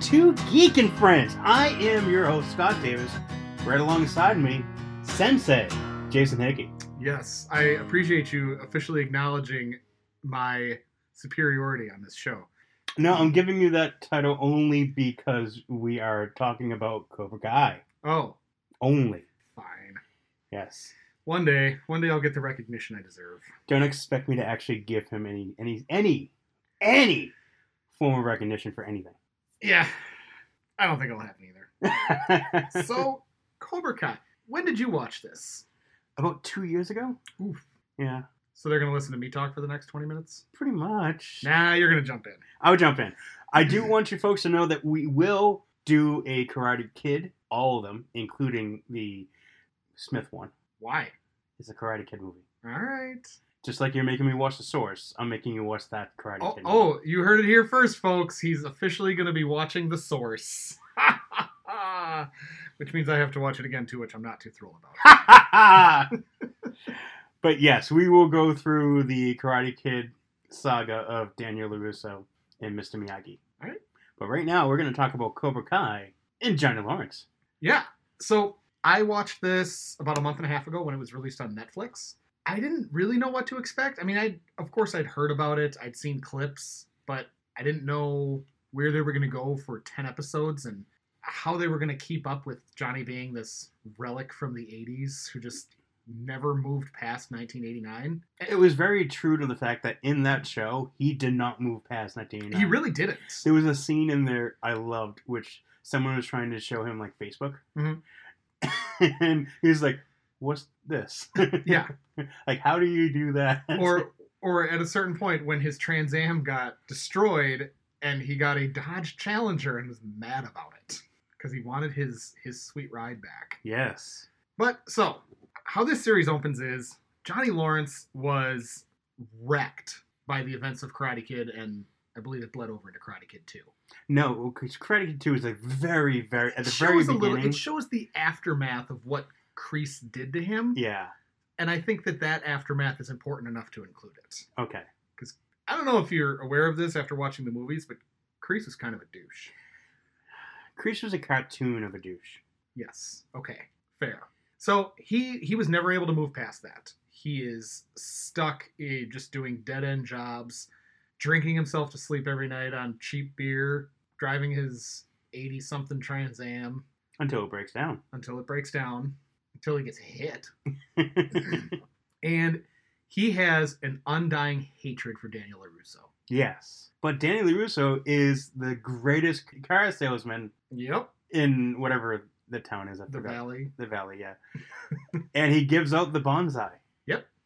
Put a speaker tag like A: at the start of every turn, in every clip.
A: to Geekin' Friends. I am your host, Scott Davis. Right alongside me, Sensei, Jason Hickey.
B: Yes, I appreciate you officially acknowledging my superiority on this show.
A: No, I'm giving you that title only because we are talking about Cobra Kai.
B: Oh,
A: Only.
B: fine.
A: Yes.
B: One day, one day I'll get the recognition I deserve.
A: Don't expect me to actually give him any, any, any, any form of recognition for anything.
B: Yeah, I don't think it'll happen either. so, Cobra Kai, when did you watch this?
A: about two years ago?
B: Oof.
A: Yeah,
B: So they're gonna listen to me talk for the next twenty minutes?
A: pretty much.
B: Nah, you're gonna jump in.
A: I would jump in. I
B: Mm.
A: do want you folks to know that we will do a Karate Kid, all of them, including the Smith one.
B: Why?
A: It's a Karate Kid movie.
B: All right.
A: Just like you're making me watch The Source, I'm making you watch that Karate
B: Oh,
A: Kid. movie.
B: oh, you heard it here first, folks. He's officially gonna be watching The Source, which means I have to watch it again too, which I'm not too thrilled about.
A: but yes, we will go through the Karate Kid saga of Daniel LaRusso and Mr. Miyagi.
B: All right.
A: But right now, we're going to talk about Cobra Kai and Johnny Lawrence.
B: Yeah. So I watched this about a month and a half ago when it was released on Netflix. I didn't really know what to expect. I mean, I of course I'd heard about it, I'd seen clips, but I didn't know where they were going to go for 10 episodes and how they were going to keep up with Johnny being this relic from the 80s who just never moved past 1989.
A: It was very true to the fact that in that show, he did not move past 1989.
B: He really didn't.
A: There was a scene in there I loved, which someone was trying to show him like Facebook,
B: Mhm.
A: and he was like, "What's this?
B: Yeah.
A: like, how do you do that?"
B: or or at a certain point when his Trans Am got destroyed and he got a Dodge Challenger and was mad about it because he wanted his his sweet ride back.
A: yes,
B: But so how this series opens is Johnny Lawrence was wrecked by the events of Karate Kid and I believe it bled over into Karate Kid 2.
A: no, because Karate Kid Two is like very, very at the
B: It
A: very
B: shows a
A: beginning.
B: little it shows the aftermath of what Crease did to him
A: yeah.
B: and I think that that aftermath is important enough to include it.
A: Okay.
B: I don't know if you're aware of this after watching the movies, but Kreese was kind of a douche.
A: Crease was a cartoon of a douche.
B: Yes. Okay. Fair. So he he was never able to move past that. He is stuck in just doing dead end jobs, drinking himself to sleep every night on cheap beer, driving his eighty something Trans Am
A: Until it breaks down.
B: until it breaks down, until he gets hit, and he has an undying hatred for Daniel Larusso.
A: yes. But Danny LaRusso is the greatest car salesman
B: Yep.
A: in whatever the town is. I
B: The
A: forgot.
B: Valley
A: The valley, yeah. and he gives out the bonsai.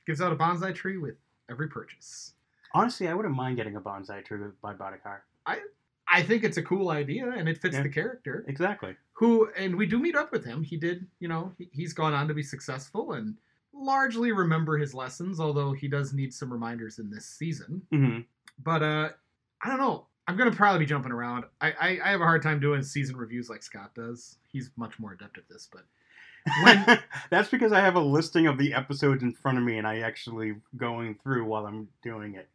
B: gives out a bonsai tree with every purchase.
A: Honestly, I wouldn't mind getting a bonsai tree if I bought a car.
B: I think it's a cool idea and it fits
A: Yeah.
B: the character.
A: Exactly.
B: Who and we do meet up with him. He did, you know, he, he's gone on to be successful and largely remember his lessons, although he does need some reminders in this season.
A: hmm
B: But uh I don't know. I'm gonna probably be jumping around. I, I, I have a hard time doing season reviews like Scott does. He's much more adept at this, but when
A: That's because I have a listing of the episodes in front of me, and I actually going through while I'm doing it.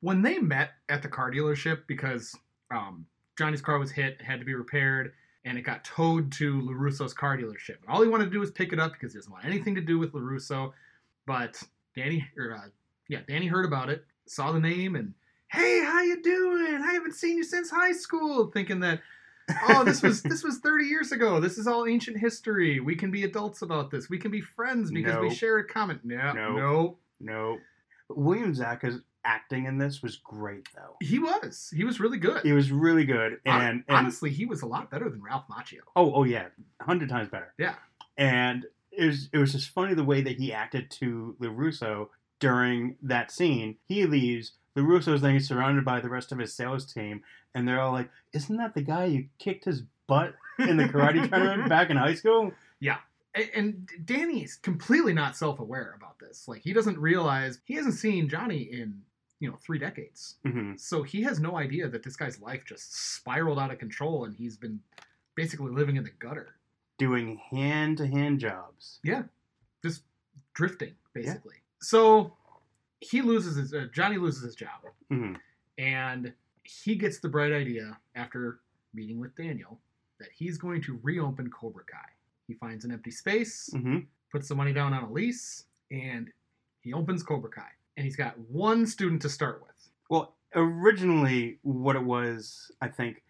B: when they met at the car dealership because um, Johnny's car was hit, had to be repaired, and it got towed to LaRusso's car dealership. And all he wanted to do was pick it up because he doesn't want anything to do with LaRusso. But Danny, or uh, yeah, Danny heard about it, saw the name, and hey, how you doing? I haven't seen you since high school. Thinking that, oh, this was this was 30 years ago. This is all ancient history. We can be adults about this. We can be friends because we
A: Nope.
B: share a common. No,
A: Nope.
B: no,
A: No, William Zaka's acting in this was great, though.
B: he was. He was really good.
A: It was really good, and,
B: Hon-
A: and
B: honestly, he was a lot better than Ralph Macchio.
A: oh, oh yeah, a hundred times better.
B: Yeah.
A: and it was it was just funny the way that he acted to Larusso during that scene. He leaves. Larusso's then he's surrounded by the rest of his sales team, and they're all like, "Isn't that the guy you kicked his butt in the karate tournament back in high school?"
B: And, and Danny's completely not self-aware about this. Like he doesn't realize he hasn't seen Johnny in you know three decades,
A: hmm
B: so he has no idea that this guy's life just spiraled out of control, and he's been basically living in the gutter,
A: Doing hand to hand jobs.
B: just drifting basically. So he loses his uh, Johnny loses his job,
A: hmm
B: and he gets the bright idea after meeting with Daniel, that he's going to reopen Cobra Kai. He finds an empty space,
A: hmm
B: puts the money down on a lease, and he opens Cobra Kai. And he's got one student to start with.
A: Well, originally, what it was, I think,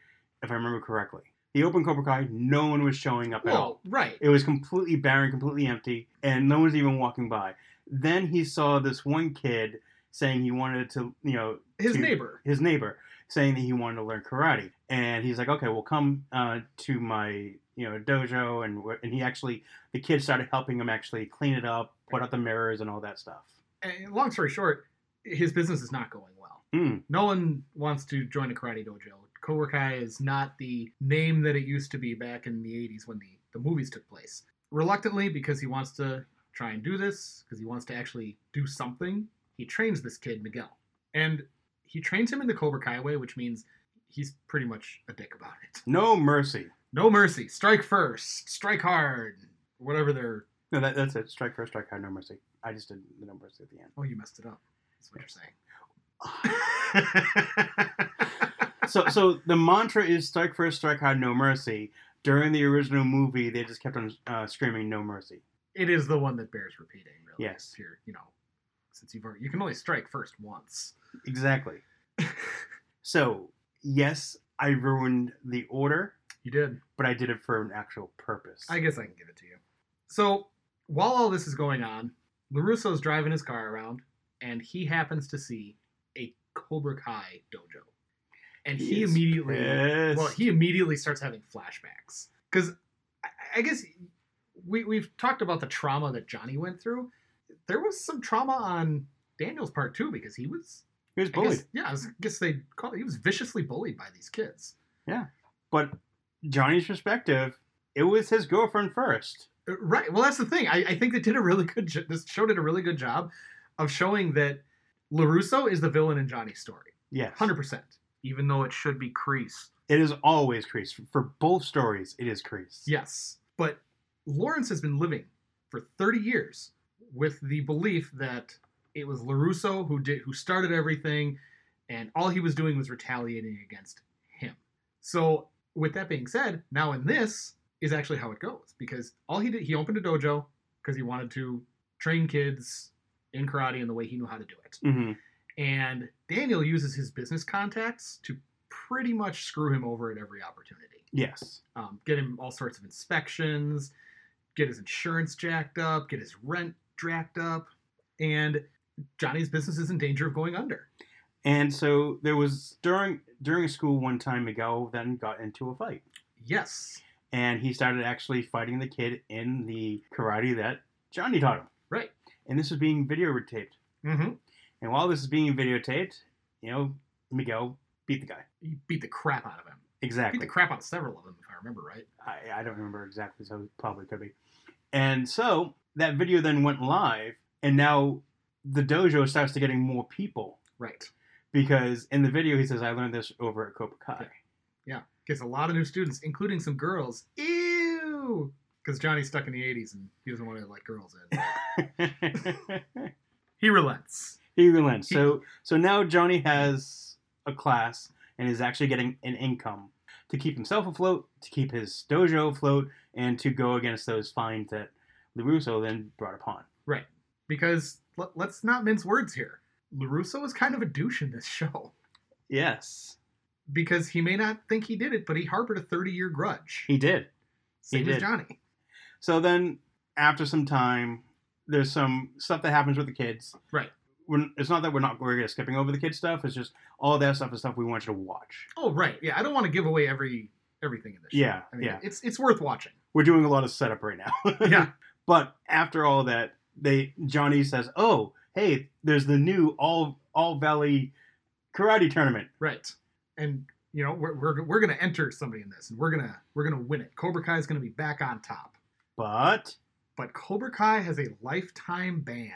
A: if I remember correctly, the open Cobra Kai, no one was showing up at all.
B: Well, right.
A: It was completely barren, completely empty, and no one's even walking by. Then he saw this one kid saying he wanted to, you know,
B: His
A: to-
B: neighbor.
A: his neighbor saying that he wanted to learn karate, and he's like, "Okay, well, come uh, to my you know dojo," and we're- and he actually the kid started helping him actually clean it up, put out the mirrors, and all that stuff.
B: And long story short, his business is not going well.
A: Mm.
B: No one wants to join a karate dojo. Cobra Kai is not the name that it used to be back in the 80s when the, the movies took place. Reluctantly, because he wants to try and do this, because he wants to actually do something, he trains this kid, Miguel. And he trains him in the Cobra Kai way, which means he's pretty much a dick about it.
A: No mercy.
B: No mercy. Strike first. Strike hard. Whatever they're.
A: No, that, that's it. Strike first, strike hard, no mercy. I just did the no mercy at the
B: Oh, you messed it up. That's what
A: end.
B: you're saying.
A: so, so the mantra is strike first, strike hard, no mercy. During the original movie, they just kept on uh, screaming no mercy.
B: it is the one that bears repeating. Really,
A: Yes.
B: If you're- you know, since you've already, you can only strike first once.
A: Exactly. so, yes, I ruined the order.
B: You did.
A: but I did it for an actual purpose.
B: I guess I can give it to you. So while all this is going on, Larusso's driving his car around, and he happens to see a Cobra Kai dojo, and he,
A: is
B: immediately
A: pissed.
B: well he immediately starts having flashbacks because I, I guess we we've talked about the trauma that Johnny went through. There was some trauma on Daniel's part too because he was
A: he was
B: I
A: bullied,
B: guess, yeah, I was- guess they called it. He was viciously bullied by these kids.
A: but Johnny's perspective, it was his girlfriend first.
B: Uh, Right. Well, that's the thing. I, I think they did a really good. Jo- this show did a really good job of showing that Larusso is the villain in Johnny's story,
A: Yes,
B: hundred percent. Even though it should be Crease.
A: it is always Crease for both stories. It is Crease.
B: Yes, but Lawrence has been living for thirty years with the belief that it was Larusso who did who started everything, and all he was doing was retaliating against him. So, with that being said, now in this is actually how it goes because all he did he opened a dojo because he wanted to train kids in karate in the way he knew how to do it.
A: hmm
B: And Daniel uses his business contacts to pretty much screw him over at every opportunity
A: Yes,
B: um, get him all sorts of inspections, get his insurance jacked up, get his rent jacked up, and Johnny's business is in danger of going under.
A: and so there was during during school one time Miguel then got into a fight,
B: Yes,
A: and he started actually fighting the kid in the karate that Johnny taught him.
B: right.
A: And this was being videotaped.
B: Mm-hmm.
A: And while this is being videotaped, you know Miguel beat the guy.
B: He beat the crap out of him.
A: Exactly.
B: Beat the crap out of several of them, if I remember right.
A: I, I don't remember exactly, so it probably could be. And so that video then went live, and now the dojo starts to getting more people
B: Right.
A: because in the video he says, "I learned this over at Cobra Kai."
B: Gets a lot of new students, including some girls. Ew. Because Johnny's stuck in the 80s and he doesn't want to let girls in. He relents.
A: he relents. So so now Johnny has a class and is actually getting an income to keep himself afloat, to keep his dojo afloat, and to go against those fines that LaRusso then brought upon.
B: Because let, let's not mince words here. LaRusso is kind of a douche in this show.
A: Yes,
B: because he may not think he did it, but he harbored a 30 year grudge.
A: he did.
B: Same
A: did.
B: as Johnny.
A: So then, after some time, there's some stuff that happens with the kids.
B: Right.
A: We're, it's not that we're not we're skipping over the kids stuff. It's just all that stuff is stuff we want you to watch.
B: Oh right, yeah. I don't want to give away every everything in this. show.
A: Yeah,
B: I mean,
A: yeah.
B: It's it's worth watching.
A: We're doing a lot of setup right now.
B: yeah,
A: but after all that, they Johnny says, "Oh, hey, there's the new all all valley karate tournament."
B: right. And you know we're, we're we're gonna enter somebody in this, and we're gonna we're gonna win it. Cobra Kai is gonna be back on top,
A: But
B: but Cobra Kai has a lifetime ban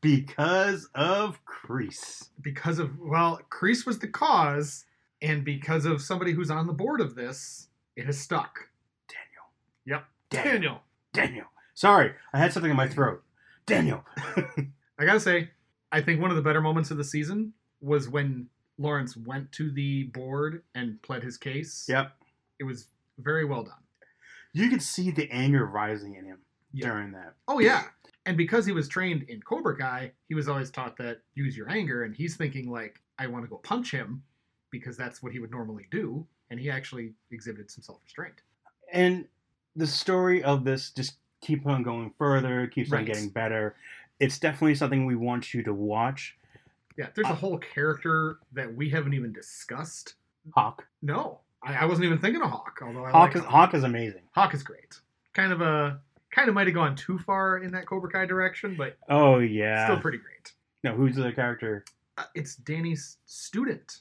A: because of Crease,
B: because of well, Crease was the cause, and because of somebody who's on the board of this, it has stuck.
A: Daniel.
B: Yep.
A: Daniel. Daniel. Sorry, I had something in my throat. Daniel.
B: I gotta say, I think one of the better moments of the season was when Lawrence went to the board and pled his case.
A: Yep.
B: It was very well done.
A: You could see the anger rising in him
B: Yeah.
A: during that.
B: Oh yeah. And because he was trained in Cobra Kai, he was always taught that use your anger and he's thinking like I want to go punch him because that's what he would normally do and he actually exhibited some self-restraint.
A: And the story of this just keeps on going further, keeps on
B: Right.
A: getting better. It's definitely something we want you to watch.
B: Yeah, there's
A: Uh,
B: a whole character that we haven't even discussed.
A: Hawk.
B: No, I, I wasn't even thinking of Hawk. Although I
A: Hawk
B: like
A: is
B: Hawk.
A: Hawk is amazing.
B: Hawk is great. Kind of a kind of might have gone too far in that Cobra Kai direction, but
A: Oh yeah.
B: still pretty great.
A: no, who's the character?
B: Uh, it's Danny's student.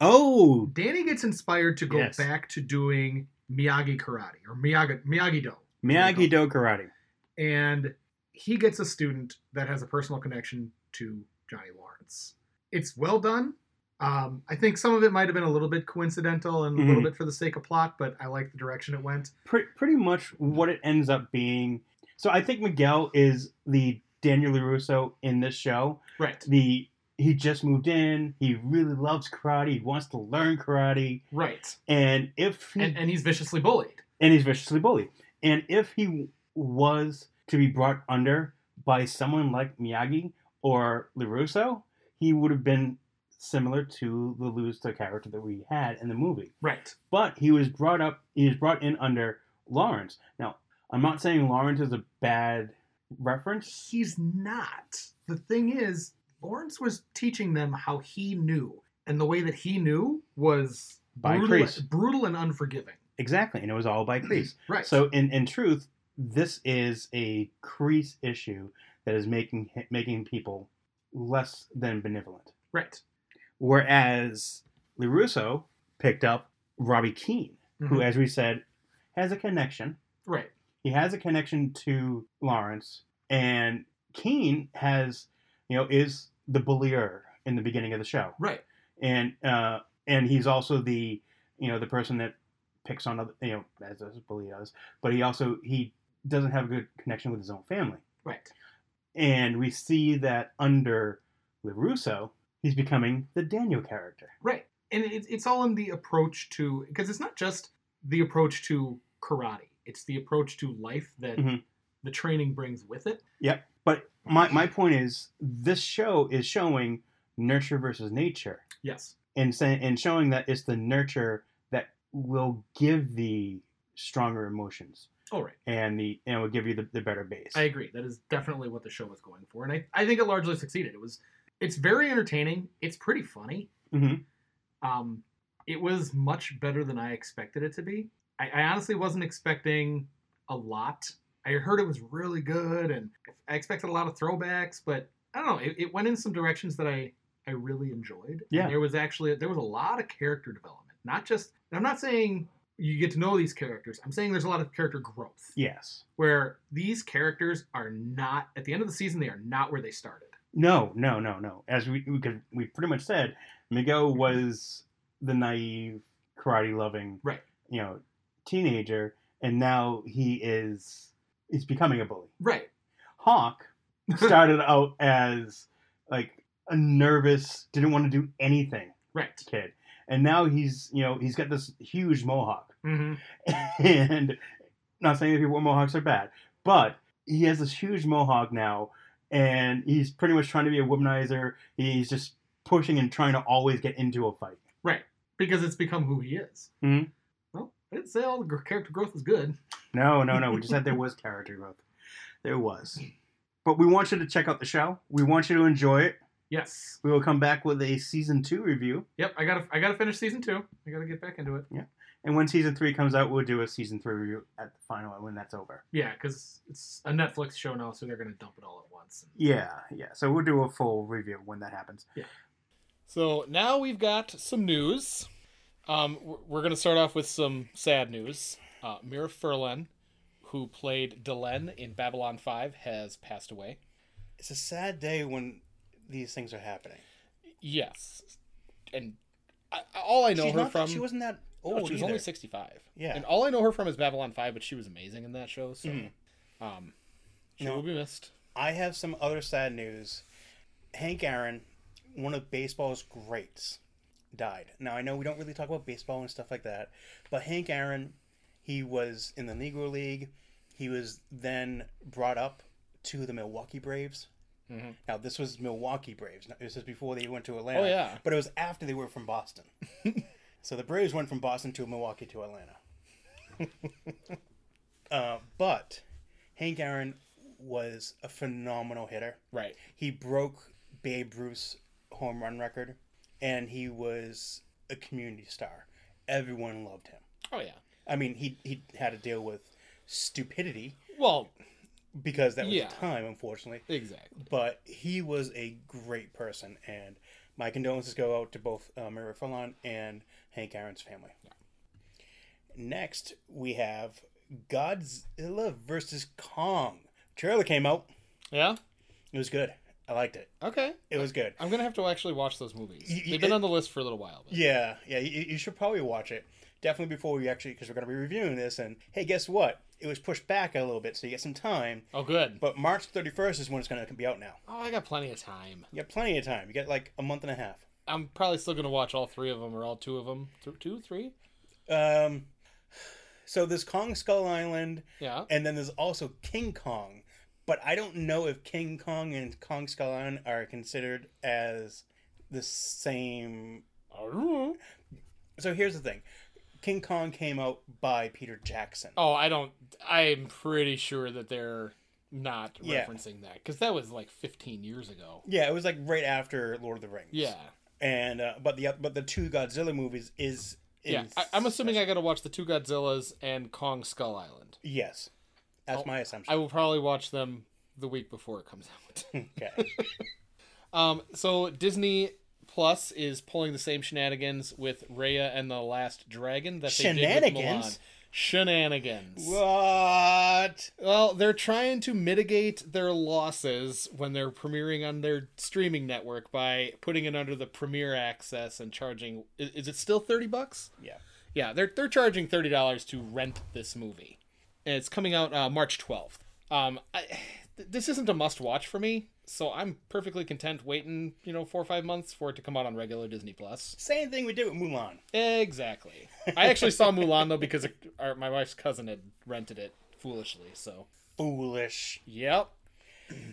A: Oh,
B: Danny gets inspired to go
A: Yes.
B: back to doing Miyagi karate or Miyagi Miyagi Do,
A: Miyagi Do Karate.
B: and he gets a student that has a personal connection to Johnny Lawrence. It's well done. Um, I think some of it might have been a little bit coincidental and a little
A: Mhm.
B: bit for the sake of plot, but I like the direction it went.
A: Pre- pretty much what it ends up being. So I think Miguel is the Daniel Larusso in this show.
B: Right,
A: The he just moved in. He really loves karate. He wants to learn karate.
B: right,
A: And if he,
B: and and he's viciously bullied.
A: and he's viciously bullied. And if he was to be brought under by someone like Miyagi or LaRusso, he would have been similar to the Lusa character that we had in the movie.
B: Right,
A: But he was brought up, he was brought in under Lawrence. Now, I'm not saying Lawrence is a bad reference.
B: he's not. The thing is, Lawrence was teaching them how he knew, and the way that he knew was
A: By
B: brutal,
A: crease.
B: brutal and unforgiving.
A: Exactly. And it was all by Crease.
B: Right.
A: So, in, in truth, this is a Crease issue that is making, making people less than benevolent.
B: right.
A: Whereas LaRusso picked up Robbie Keane, who,
B: Mhm.
A: as we said, has a connection.
B: right.
A: He has a connection to Lawrence, and Keane has, you know, is the bullier in the beginning of the show,
B: Right.
A: and uh, and he's also the, you know, the person that picks on other, you know, as a bully does. But he also he doesn't have a good connection with his own family,
B: Right.
A: and we see that under LaRusso, he's becoming the Daniel character.
B: Right. And it, it's all in the approach to because it's not just the approach to karate; it's the approach to life that
A: Mhm.
B: the training brings with it.
A: But my, my point is, this show is showing nurture versus nature,
B: Yes.
A: and saying and showing that it's the nurture that will give the stronger emotions
B: All right.
A: and the and will give you the, the better base.
B: I agree. That is definitely what the show was going for, and I, I think it largely succeeded. It was it's very entertaining. It's pretty funny.
A: Mhm.
B: Um, it was much better than I expected it to be. I, I honestly wasn't expecting a lot. I heard it was really good, and I expected a lot of throwbacks, but I don't know. It, it went in some directions that I I really enjoyed.
A: Yeah.
B: And there was actually there was a lot of character development. Not just and I'm not saying you get to know these characters. I'm saying there's a lot of character growth
A: yes.
B: where these characters are not at the end of the season they are not where they started
A: No, no, no, no. As we we, could, we pretty much said,
B: Mm-hmm.
A: Miguel was the naive, karate loving,
B: Right.
A: you know, teenager, and now he is he's becoming a bully.
B: right
A: Hawk started out as like a nervous, didn't want to do anything
B: right
A: kid, and now he's you know he's got this huge mohawk,
B: mm-hmm.
A: and not saying that people with mohawks are bad, but he has this huge mohawk now, and he's pretty much trying to be a womanizer. He's just pushing and trying to always get into a fight.
B: because it's become who he is
C: Mm-hmm.
A: Mhm.
B: well i didn't say all the gr- character growth was good
A: No, no, no. We just said there was character growth. There was. But we want you to check out the show. We want you to enjoy it.
B: yes
A: We will come back with a season two review.
B: yep i gotta i gotta finish season two i gotta get back into it
A: And when season three comes out, we'll do a season three review at the final when that's over.
B: yeah because it's a netflix show now so they're gonna dump it all at once
A: Yeah, yeah. So we'll do a full review when that happens.
C: So now we've got some news. Um, we're- we're going to start off with some sad news. Uh, Mira Furlan, who played Delenn in Babylon 5, has passed away.
A: It's a sad day when these things are happening.
C: Yes. And I, I- all I know her from.
A: wasn't that
B: oh,
C: No, she was only 65.
A: Yeah.
C: And all I know her from is Babylon 5, but she was amazing in that show. So um, she
A: No.
C: will be missed.
A: I have some other sad news. Hank Aaron, one of baseball's greats,
D: died. Now I know we don't really talk about baseball and stuff like that, but Hank Aaron, he was in the Negro League. He was then brought up to the Milwaukee Braves.
B: Mhm.
D: Now this was Milwaukee Braves. Now, This was before they went to Atlanta.
B: Oh yeah.
D: But it was after they were from Boston. so the Braves went from Boston to Milwaukee to Atlanta. uh, but Hank Aaron was a phenomenal hitter.
B: Right.
D: He broke Babe Ruth's home run record, and he was a community star. Everyone loved him.
B: Oh yeah.
D: I mean, he he had to deal with stupidity
B: Well,
D: because that was
B: Yeah.
D: the time, unfortunately.
B: exactly.
D: But he was a great person, and my condolences go out to both uh, Mary Furlan and Hank Aaron's family. Next, we have Godzilla versus Kong. Trailer came out.
B: Yeah.
D: It was good. I liked it.
B: Okay.
D: It was good.
B: I'm gonna have to actually watch those movies.
D: Y- y-
B: They've been
D: it-
B: on the list for a little while. But...
D: Yeah, yeah, you, you should probably watch it. Definitely before we actually, because we're going to be reviewing this. And hey, guess what? It was pushed back a little bit, so you get some time.
B: Oh, good.
D: But March 31st is when it's going to be out now.
B: Oh, I got plenty of time.
D: You got plenty of time. You got like a month and a half.
B: I'm probably still gonna watch all three of them or all two of them. Th- two, three.
D: Um, so there's Kong Skull Island,
B: Yeah.
D: and then there's also King Kong. But I don't know if King Kong and Kong Skull Island are considered as the same.
B: Oh,
D: So here's the thing King Kong came out by Peter Jackson.
B: Oh, I don't. I'm pretty sure that they're not
D: Yeah.
B: referencing that because that was like 15 years ago.
D: Yeah, it was like right after Lord of the Rings.
B: Yeah.
D: and uh, but the but the two Godzilla movies is, is
B: Yeah. I, I'm assuming I got to watch the two Godzillas and Kong Skull Island.
D: yes, that's
B: I'll-
D: my
B: Oh, I
D: assumption.
B: will probably watch them the week before it comes out.
D: okay,
B: Um, so Disney Plus is pulling the same shenanigans with Raya and the Last Dragon that they did with Milan.
D: shenanigans.
B: Shenanigans. Well,
D: What?
B: they're trying to mitigate their losses when they're premiering on their streaming network by putting it under the premiere access and charging. i- Is it still thirty bucks?
D: Yeah.
B: Yeah, they're they're charging thirty dollars to rent this movie, and it's coming out uh, March twelfth. Um, I, th- this isn't a must watch for me, so I'm perfectly content waiting, you know, four or five months for it to come out on regular Disney Plus.
D: Same thing we did with Mulan.
B: Exactly. I actually saw Mulan though because it, our, my wife's cousin had rented it foolishly. So,
D: Foolish.
B: yep,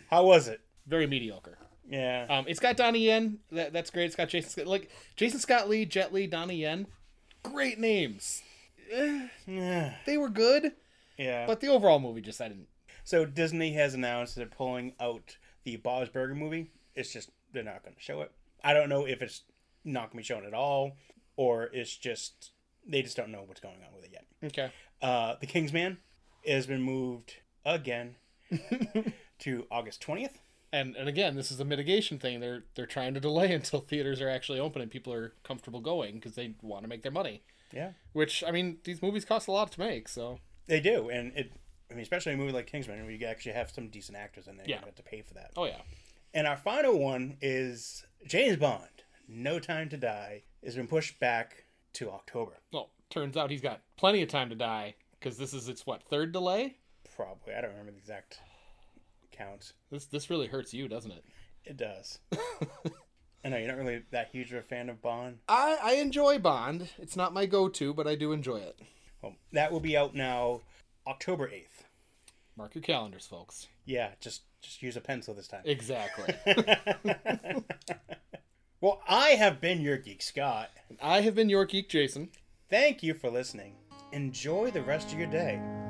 D: How was it?
B: very mediocre.
D: Yeah.
B: Um, it's got Donnie Yen. That, that's great. It's got Jason Scott, like Jason Scott Lee, Jet Lee, Donnie Yen. Great names. Eh,
D: yeah.
B: they were good, but the overall movie just I didn't
D: so Disney has announced they're pulling out the Bob's Burger movie. It's just they're not going to show it. I don't know if it's not going to be shown at all, or it's just they just don't know what's going on with it yet.
B: Okay.
D: Uh, the Kingsman has been moved again to August 20th.
B: And and again, this is a mitigation thing. They're they're trying to delay until theaters are actually open and people are comfortable going because they want to make their money.
D: Yeah.
B: Which I mean, these movies cost a lot to make, so
D: They do, and it. I mean, especially a movie like Kingsman, where you actually have some decent actors in there. You
B: Yeah.
D: don't have to pay for that.
B: oh yeah.
D: And our final one is James Bond. No Time to Die has been pushed back to October,
B: Well, turns out he's got plenty of time to die because this is its what third delay.
D: probably. I don't remember the exact count.
B: This this really hurts you, doesn't it?
D: It does. I know you're not really that huge of a fan of Bond.
B: I I enjoy Bond. It's not my go-to, but I do enjoy it.
D: Well, that will be out now, October eighth.
B: Mark your calendars, folks.
D: Yeah, just just use a pencil this time.
B: Exactly.
D: well, I have been your geek, Scott.
B: I have been your geek, Jason.
D: Thank you for listening. Enjoy the rest of your day.